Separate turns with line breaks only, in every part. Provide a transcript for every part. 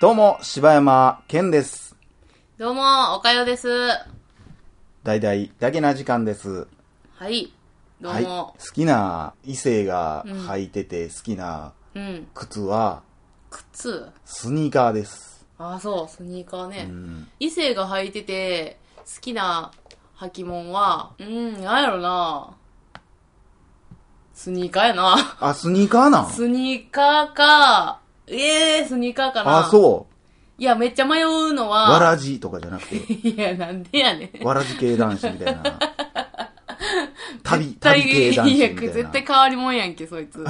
どうも、柴山健です。
どうも、おかよです。
大々、だけな時間です。
はい。ど
は
う
い。
も
好。きな異性が履いてて好きな
うん。
靴は
靴
スニーカーです。
ああ、そう、スニーカーね。
うん。
異性が履いてて、好きな履物は、うん、なんやろな。スニーカーやな。
あ、スニーカーなん
スニーカーか、ええー、スニーカーかな。
あ、そう。
いや、めっちゃ迷うのは、
わらじとかじゃなく て、
いや、なんでやねん。
わらじ系男子みたい な。旅、
絶対
旅系男子み
い
た
や、
いな。
絶対変わりもんやんけ、そいつ。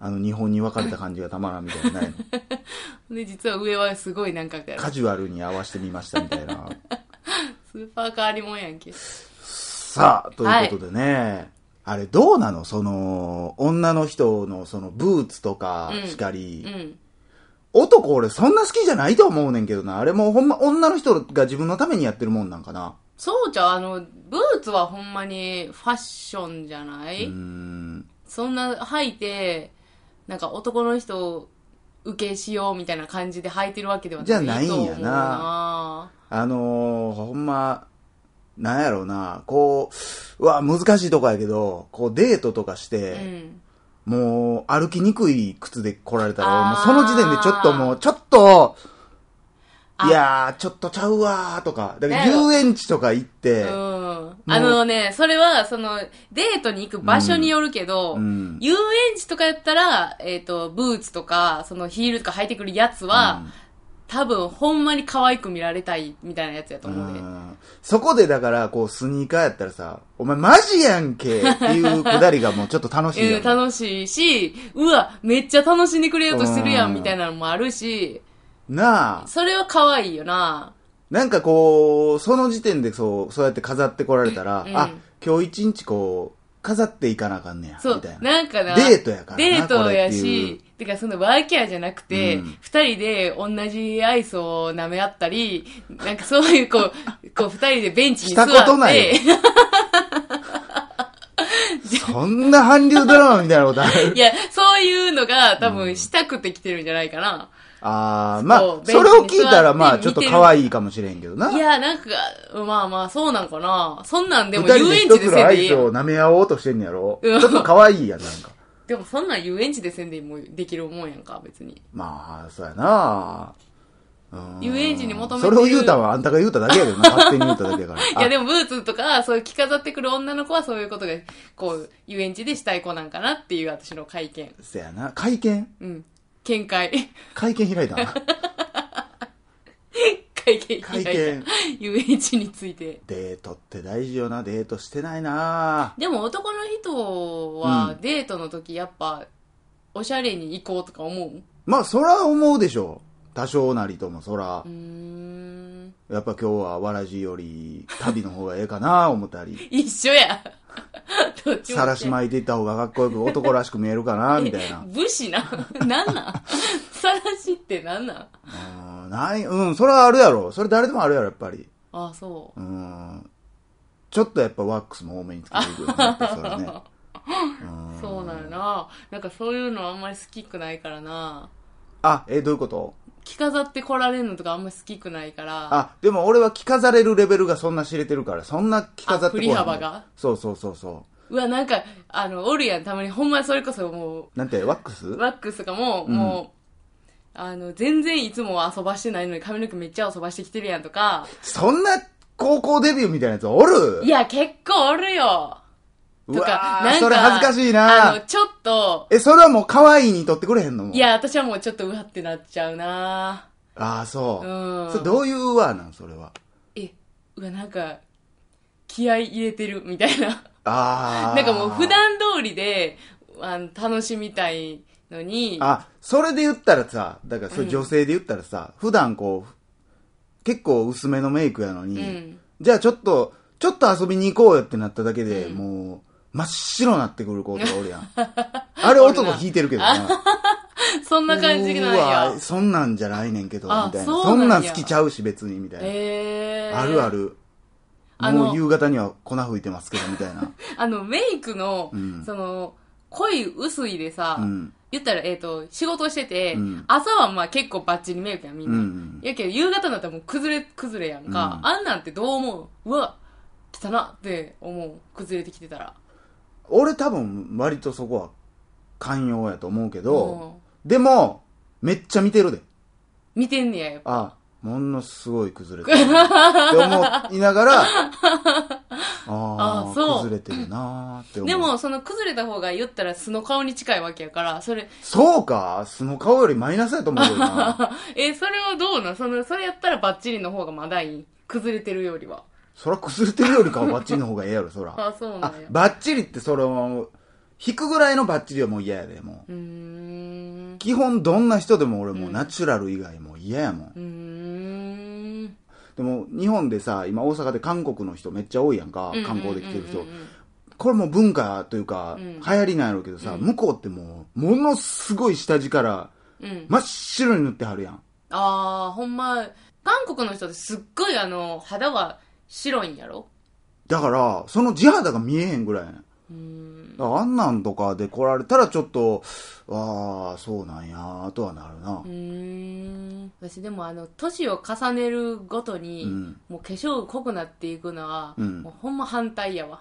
あの、日本に分かれた感じがたまらんみたいなない の。
で、実は上はすごいなんかやろ
カジュアルに合わせてみましたみたいな。
スーパー変わりもんやんけ。
さあ、ということでね、あれどうなのその、女の人のそのブーツとか
うん
しか
う
り、
ん。
男俺そんな好きじゃないと思うねんけどな。あれもうほんま女の人が自分のためにやってるもんなんかな。
そうじゃうあの、ブーツはほんまにファッションじゃない、
うーん。
そんな履いて、なんか男の人を受けしようみたいな感じで履いてるわけではない
じゃないんやな
と思うな
あのー、ほんま、なんやろうな、こう、うわ、難しいとこやけど、こうデートとかし
う
て、
ん。
もう歩きにくい靴で来られたら、も
あ
う
ー
その時点でちょっともう、ちょっと、
あ
いやー、ちょっとちゃうわーとか、だから
だよ
遊園地とか行って、
うん。あのね、それは、その、デートに行く場所によるけど、
うん
遊園地とかやったら、えっ、と、ブーツとか、そのヒールとか履いてくるやつは、多分、ほんまに可愛く見られたいみたいなやつやと
う
思うで。
んそこでだから、こう、スニーカーやったらさ、お前マジやんけっていうくだりがもうちょっと楽しいや。
うんん、楽しいし、うわ、めっちゃ楽しんでくれようとしてるや
うん
ん、みたいなのもあるし、
なあ、
それは可愛いよな。
なんかこう、その時点でそう、そうやって飾ってこられたら、
うん
あ、今日一日こう、飾っていかなあかんねや、
そ
み
う
たい、な。
なんかな。
デートやからな
デートや
これっていう
し、てかそのワーキャーじゃなくて
うん、
二、人で同じアイスを舐め合ったり、なんかそういうこう、こう 二人でベンチに
し
座
た
って。。
ことないよそんな韓流ドラマみたいなことある
いや、そういうのが多分したくて来てるんじゃないかな。
あー、ま
そ
あ
う、ベンチに
それを聞いたら、ま
座
あ、
って
ちょっと
見てる
可愛いかもしれんけどな。
いや、なんか、まあまあ、そうなんかな。そんなんで
二
も
人
遊
で
園
一
地で
つ
せ
の
ん
ア
でい
イ
い
ス
やん
を舐め合おうとしてんねやろち
う
ょ
ん
っと可愛いやん、なんか。
でもそんなん遊園地でせんでもできるもんやんか、別に。
まあ、そうやなうん
遊園地に求めて
そ
る
れを言うたんはあんたが言うただけやけどな。勝手に言うただけやから。
いや、
あ
でもブーツとか、そういう着飾ってくる女の子はそういうことが、こう、遊園地でしたい子なんかなっていう私の会見。
そやな。会見
うん。見解。
会見開いたな。
会
会
見開いた。
見。
遊園地について。
デートって大事よな。デートしてないな
でも男の人
う
は
ん、
デートの時やっぱ、おしゃれに行こうとか思う
まあ、そら思うでしょ。多少なりともそら
うー。ん。
やっぱ今日はわらじより旅の方がええかな思ったり。
一緒や。 どっちも。
さらし巻いていった方がかっこよく男らしく見えるか なみたいな。
武士な。 なんなんさらしってなんなん
うん、ない、うん、それはあるやろ。それ誰でもあるやろ、やっぱり。
ああ、そう
う。ーんちょっとやっぱワックスも多めにつけていくようになって、それ ね。うーん
そうなのな。なんかそういうのあんまり好きくないからな。
あ、え、どういうこと
着飾って来られるのとかあんまり好きくないから。
あ、でも俺は着飾れるレベルがそんな知れてるから、そんな着飾ってこない
あ振り幅が
そうそうそうそう
わ、なんか、あの、おるやん。たまにほんまそれこそも
う。なんて、ワックス
う、ワックスとかも、
うん
もう、あの、全然いつもは遊ばしてないのに髪の毛めっちゃ遊ばしてきてるやんとか。
そんな高校デビューみたいなやつおる
いや、結構おるよ。
う
と
わ
か、
ー
なんか、
それ恥ずかしい
あの、
な
ちょっと、
え、それはもう可愛いにとってくれへんのもう
い。や、私はもうちょっとうわってなっちゃうな。
ああ、そう。
うん
それどういうわなん、それは。
え、うわ、なんか、気合い入れてるみたいな。
ああ。
なんかもう普。段通りで、あの、楽しみたいのに、
あ、それで言ったらさ、だからそれ女性で言ったらさ、普段こう、結構薄めのメイクやのに、
うん
じゃあちょっと、ちょっと遊びに行こうよってなっただけで、もう、真っ白なってくる子とかおるや ん。あれ男引いてるけどな。
そんな感じなん
う
や
わ。そんなんじゃないねんけど、み
あ
たいな。
そう
そ
なんん
な
や
ん好きちゃうし別に、みたいな。
えー、
あるあ。る。
あ
も
の
う夕方には粉吹いてますけど、みたいな。
あの、メイクの、その、濃い薄いでさ、
うん。
言ったら、えっ、と、仕事してて、
うん
朝はまあ結構バッチリ見えるやん、みん
う
な。
ん。
やけど、夕方になったらもう崩れ、崩れやんか。
うん
あんなんてどう思ううわ、来たなって思う。崩れてきてたら。
俺多分割とそこは寛容やと思うけど、でも、めっちゃ見てるで。
うん見てんねや、やっぱ。
あ、ものすごい崩れ てる。って思いながら、ああ
あ、そう
崩れてるなーって思う。
で、も、その崩れた方が言ったら素の顔に近いわけやから、それ、
そうか素の顔よりマイナスやと思うよな。
え、それはどうなんその、それやったらバッチリの方がまだいい。崩れてるよりは。
そら崩れてるよりかはバッチリの方がええやろ、そら。
あ、そうな
あ
んや、。
バッチリってそれを、引くぐらいのバッチリはもう嫌やで、もう。
うーん。
基本どんな人でも俺もうナチュラル以外もう嫌やもん。
うーん。
でも日本でさ、今大阪で韓国の人めっちゃ多いやんか、観光で来てる
う
人
んうん。うんうん
これもう文化というか、
う
流
ん
行りなんやろうけどさ、向こうってもう、ものすごい下地から
うん。うん
真っ白に塗ってはるやん。
ああ、ほんま、韓国の人ってすっごいあの、肌が白いんやろ
だから、その地肌が見えへんぐらいやねん。
うーん。
だからあんなんとかで来られたらちょっと、ああ、そうなんやーとはなるな
う。ーん。私でもあの、年を重ねるごとに、
うん
もう化粧濃くなっていくのは、
うん
もうほんま反対やわ。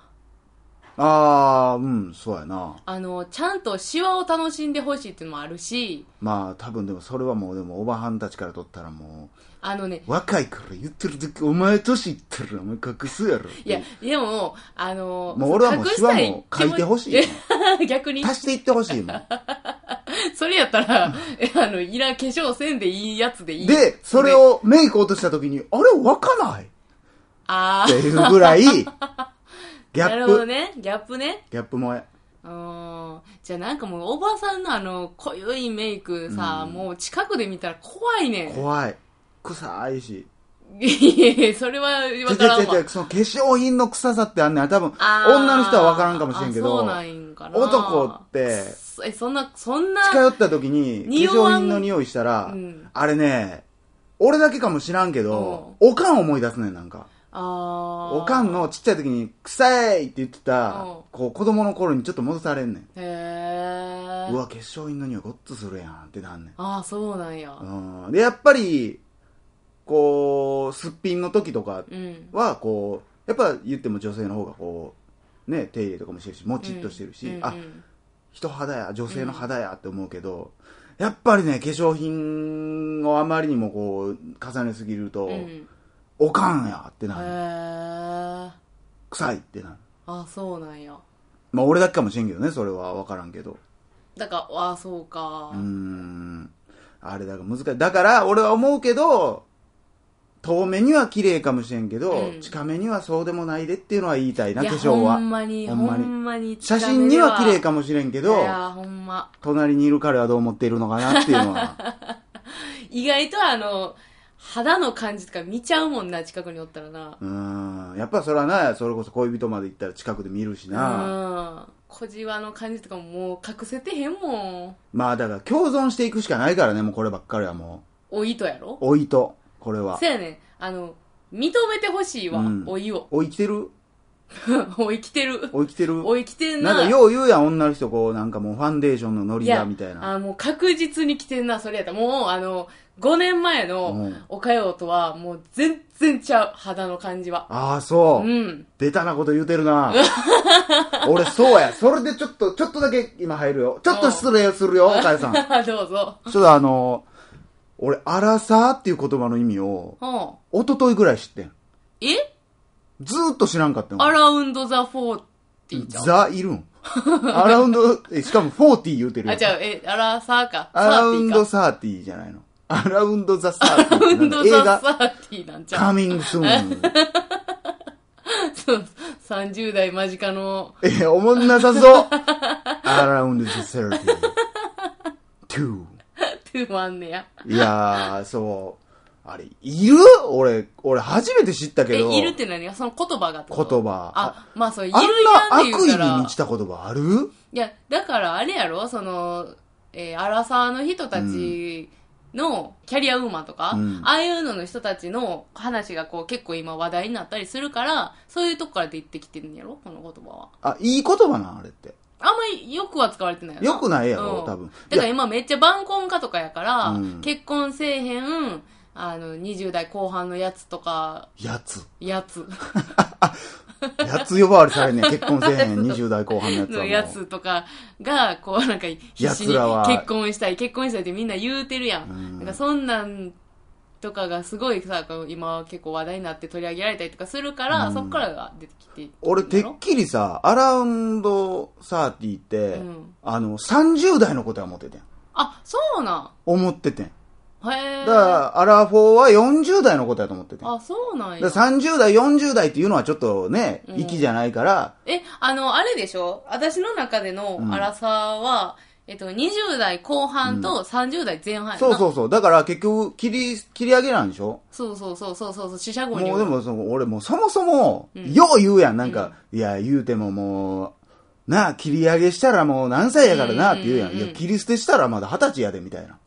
ああ、うん、そうやな。
あの、ちゃんとシワを楽しんでほしいっていうのもあるし、
まあ多分でもそれはもうでもおばはんたちから取ったらも
あのね、
う、若いから言ってる時、お前年いったらお前隠すやろ。
いや、でも、あの、
もう俺はもう
隠
シ
した
ワも書いてほしい
気
も
持ち。え 逆に
ん。、足していってほしいもん。
それやった ら、え、あの、いら、化粧せんでいいやつで いい。
で、それをメイク落とした時に、あれ若ないっ
あ
て
あ、
いうぐ らい、ギャ
な
ッ
るほど
プ、
ね。ギャップね。
ギャップ萌え。
うーんじゃあなんかもうおばさんのあの濃ゆいメイクさ、もう近くで見たら怖いねん。
怖い。臭いし。
いやいやそれは
ち
分
ょ
か
ち
ら
ょ
ん
ちょ
わ
ち。ょ、その化粧品の臭さってあんねん。多分、
あー
女の人は分からんかもしれんけ
あそ
ど
う、なんやんかな。
男って、
そ。え、そんな、そんな、
近寄った時に、
匂
化
わん
粧品の匂いしたら
うん、
あれね、俺だけかもしらんけど、おかん思い出すねん、なんか。
あー
おかん。のちっちゃい時に、臭いって言ってた
うん、
こう、子供の頃にちょっと戻されんねん。
へー
うわ、化粧品の匂いごっつするやんってなんね
ああ、そうなんや。
ん。うん。で、やっぱり、こう、すっぴんの時とか
うん。
は、こう、やっぱ言っても女性の方がこう、ね、手入れとかもしてるし、もちっとしてるし、
うん
あ
う、ん
人肌や、女性の肌やって思うけど、やっぱりね、化粧品をあまりにもこう、重ねすぎると、
うんうん
おかんやって
へ
なる。
ー
臭いってなる。
あ、そうなんや。
まあ俺だけかもしれんけどね、それはわからんけど。
だから、ああ、そうか
うー。ん。あれだから難しい。だから、俺は思うけど、遠目には綺麗かもしれんけど、
うん
近めにはそうでもないでっていうのは言いたいな、
い
化
や、
粧
ほ
は。
んまに、
ほ
ほ
んまに
んまに。
写真には綺麗
か
かもしれんけ
い
ど、
やーほんま
隣にいる彼はどう思っているのかなっていうのは。
意外とあの肌の感じとか見ちゃうもんな近くにおったらな
うーん。やっぱそれはな、それこそ恋人まで行ったら近くで見るしな。
うん小じわの感じとかももう隠せてへんもん
まあだから共存していくしかないからね、もうこればっかりはも
老いとやろ
う。老いと、これは
そ。やねんあの認めてほしいわ、
うん
老いを
老いきてる
老いきてる
老いきてる
老いきてんな
なんかよう言うやん、女の人こう、なんかもうファンデーションのノリだみたいな。
あもう確実に来てんなそれやったらもうあの5年前
う
の
ん
おかようとはもう全然ちゃう肌の感じは
ああ、そう。
うん
ベタなこと言うてるな 俺そうや。それでちょっと、ちょっとだけ今入るよ。ちょっと失礼するよ、お母さん。ち
どうぞ
ょっとあの、俺、アラサーっていう言葉の意味を、
うん
一昨日ぐらい知ってん。
え
ずーっと知らんかったん
アラウンドザ・フォーティーじゃん。
ザいる ん。アラウンド、えしかも40言うてる
あ、
や
じ
ん。
ゃあ、え、アラサーか。
アラウンド
サ
30じゃないの。アラウンドザサーティ
ーティーかアラウン
なん
ド
か映
ザ・
画、
サーティーなんじゃん。
カミングスーン。
そう30代間近の、
え、おもんなさそう。アラウンドザサーティー。
っていうのもあんねや。
いやー、そう。あれ、いる俺、俺初めて知ったけ
え、
ど。
いるって何がその言葉がってこと
言葉
あ、まあそう、いる
あん
いらん
な悪
って言
意
うから。
に満ちた言葉ある
いや、だからあれやろその、えーアラサーの人たちのキャリアウーマンとか、
うん
ああいうのの人たちの話がこう結構今話題になったりするから、そういうとこから出てきてるんやろこの言葉は。
あ、いい言葉なんあれって。
あんまりよくは使われてないよな
よくないやろ
うん
多分
だから今めっちゃ晩婚化とかやから、
うん
結婚せえへん、あの、20代後半のやつとか、
やつ。
やつ
やつ呼ばわりされんねん結婚せえへん、20代後半のやつは
の
もう。
やつとかが、こうなんか必死
奴
に
らは
結婚したい、結婚したいってみんな言うてるやん。
うん
なんかそんなんとかがすごいさ、こう今結構話題になって取り上げられたりとかするから、
うん
そっからが出てきてるんやろ。
俺、てっきりさ、アラウンドサーティって、
うん
あの、30代のことや思っててん。
あ、そうな
思っててん。
ん。へ
だ
え。
から、アラフォーは40代のことやと思っててん。
あ、そうなんや
だ。から30代、40代っていうのはちょっとね、
うん
息じゃないから、
え、あの、あれでしょ私の中での
うん
荒さは、えっと、20代後半と30代前半やな、
そうそうそう。だから結局、切り、切り上げなんでしょ
そうそうそうそうそうそう、死者後に。
もうでもその、俺もうそもそも、
うん
よう言うやん。なんか、いや、言うてももう、なあ、切り上げしたらもう何歳やからなって言うやん。
うんうんうん
いや、切り捨てしたらまだ二十歳やで、みたいな。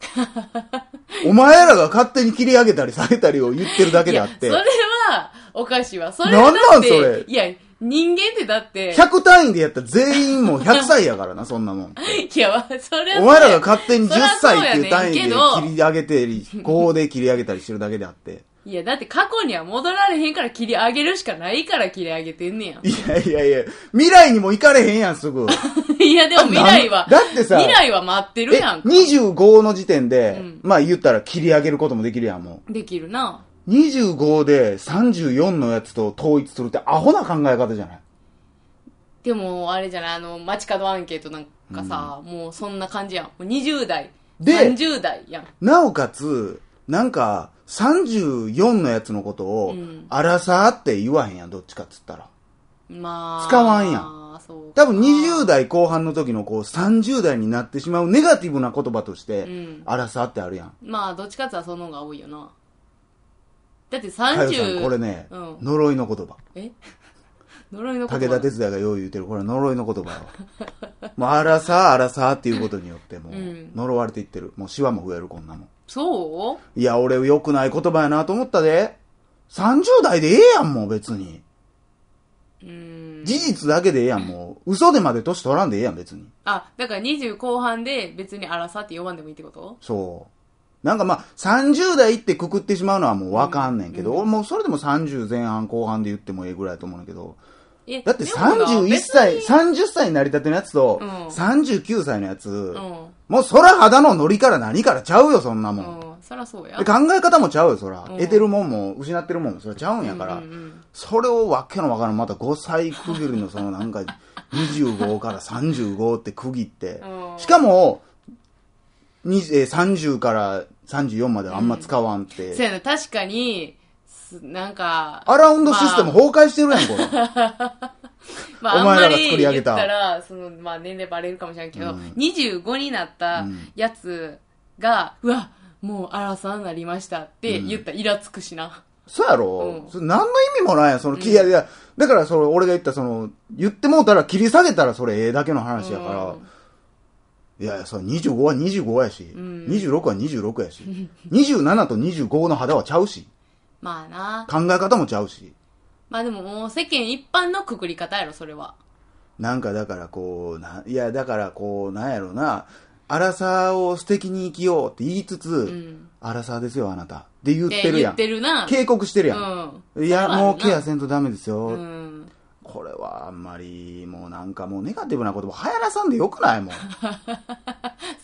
お前らが勝手に切り上げたりされたりを言ってるだけであって
いや、それは、おかしいわ。それはだって、
なんなんそれ
いや、人間ってだって、
100単位でやったら全員もう100歳やからな、そんなもん。
いや、それは、
お前らが勝手に10
そりゃそう
歳
やね
っていう単位で
けど
切り上げてり、こうで切り上げたりしてるだけであって。
いや、だって過去には戻られへんから切り上げるしかないから切り上げてんねや。
いやいやいや、未来にも行かれへんやん、すぐ。
いや、でも未来は、
だってさ
未来は待ってる
え、
やんか。
25の時点で、
うん
まあ言ったら切り上げることもできるやん、も
できるな。
う。25で34のやつと統一するってアホな考え方じゃない
でも、あれじゃない、あの、街角アンケートなんかさ、もうそんな感じやん。もう20代、
で
30代やん。
なおかつ、なんか、34のやつのことを
うん、
アラサーって言わへんやん、どっちかっつったら。
まあ。
使わんや
ん。そうか
多分20代後半の時のこう30代になってしまうネガティブな言葉として
うん、
アラサーってあるやん。
まあ、どっちかってはその方が多いよな。だって
かよさん、
30、
これね
うん、
呪いの言葉。
え呪いの言葉
武田鉄矢がよう言うてる、これは呪いの言葉よ。 もう、あらさあ、あらさあっていうことによって、もう
うん、
呪われていってる。もう、シワも増える、こんなもん。
そう
いや、俺、良くない言葉やなと思ったで。30代でええやん、もう、別に。
うーん
事実だけでええやん、もう。嘘でまで年取らんでええやん、別に。
あ、だから20後半で別に荒さって呼ばんでもいいってこと
そう。なんかまあ、30代ってくくってしまうのはもうわかんねんけど、
うん
俺もうそれでも30前半後半で言ってもええぐらいだと思うんだけど、
え
だって
でもな
31
別
歳、
に
30歳になりたてのやつと、
うん
39歳のやつ、
うん。
もうそら肌のノリから何からちゃうよ、そんなもん。
うん。そらそうや。
で考え方もちゃうよ、そら。
うん
得てるもんも失ってるもんもそらちゃうんやから。
うんうんうん
それをわけのわからん、また5歳区切りのそのなんか、25から35って区切って
う。ん
しかも、にえー30から34まではあんま使わんって。
そうやな、確かに、すなんか、
アラウンドシステム
ま
崩壊してるやん、これ。
あ、まあ、
お
あ
前
んま
らが
り
作り上
言
げ
ったたら、その、まあ、年齢バレるかもしれんけど、
うん
25になったやつが、うわ、もう荒さになりましたって言ったらイラつくしな。
そうやろ、
うん
それ何の意味もないやん、その、いやいや、だからそれ俺が言ったその、言ってもうたら切り下げたらそれええだけの話やから、
うん
いやいや、そう、25は25やし、
ん
26は26やし、27と25の肌はちゃうし、
まあな。
考え方もちゃうし、
まあでももう世間一般のくくり方やろ、それは。
なんかだからこう、な、いや、だからこう、なんやろな、荒さを素敵に生きようって言いつ
う
つ、
ん。
荒さですよ、あなた。って言っ
で
てるや
言
ん
っ。てるな。
警告してるやん。
うん。
いや、もうケア
す
せんとダメですよ。
うん。
これはあんまり、もうなんかもうネガティブな言葉流行らさんでよくないもん。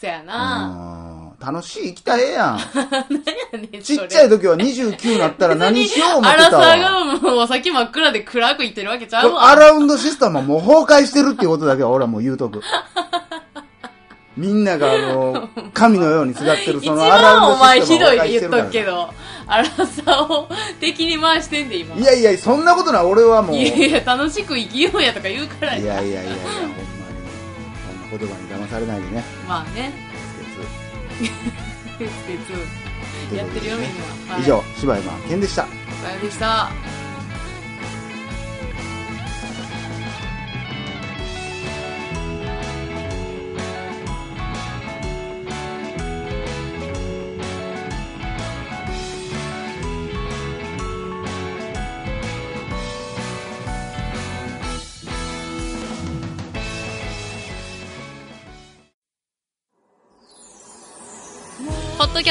そやな。
うん楽しい生きたらええ やん。
何や ねん
ちっちゃい
時
時は29になったら何しよう思ってた
アラ
わ。
サーがもう先真っ暗で暗く言ってるわけちゃ
こ
う
れ
わ。
アラウンドシステムはもう崩壊してるっていうことだけは俺はもう言うと く。みんながあの、神のようにすがってる
一
そのアラウン
番お前
ドシ
ひ
ステム
ど
はい
っ
崩壊してる
て言っ
か
と
ら
くけど、荒さを敵に回してんで今。
いやいや、そんなことない俺は もう。
い
いや
や
い
いや、楽しく生きようやとか言うから
やい
や。
やいや、ほんまに。こんな言葉に騙されないでね。
まあね。別
と
々
いう
やっ
こと
て
で
るよみんな。はい
以。上、柴山健でした。
お疲れでした。ッドキ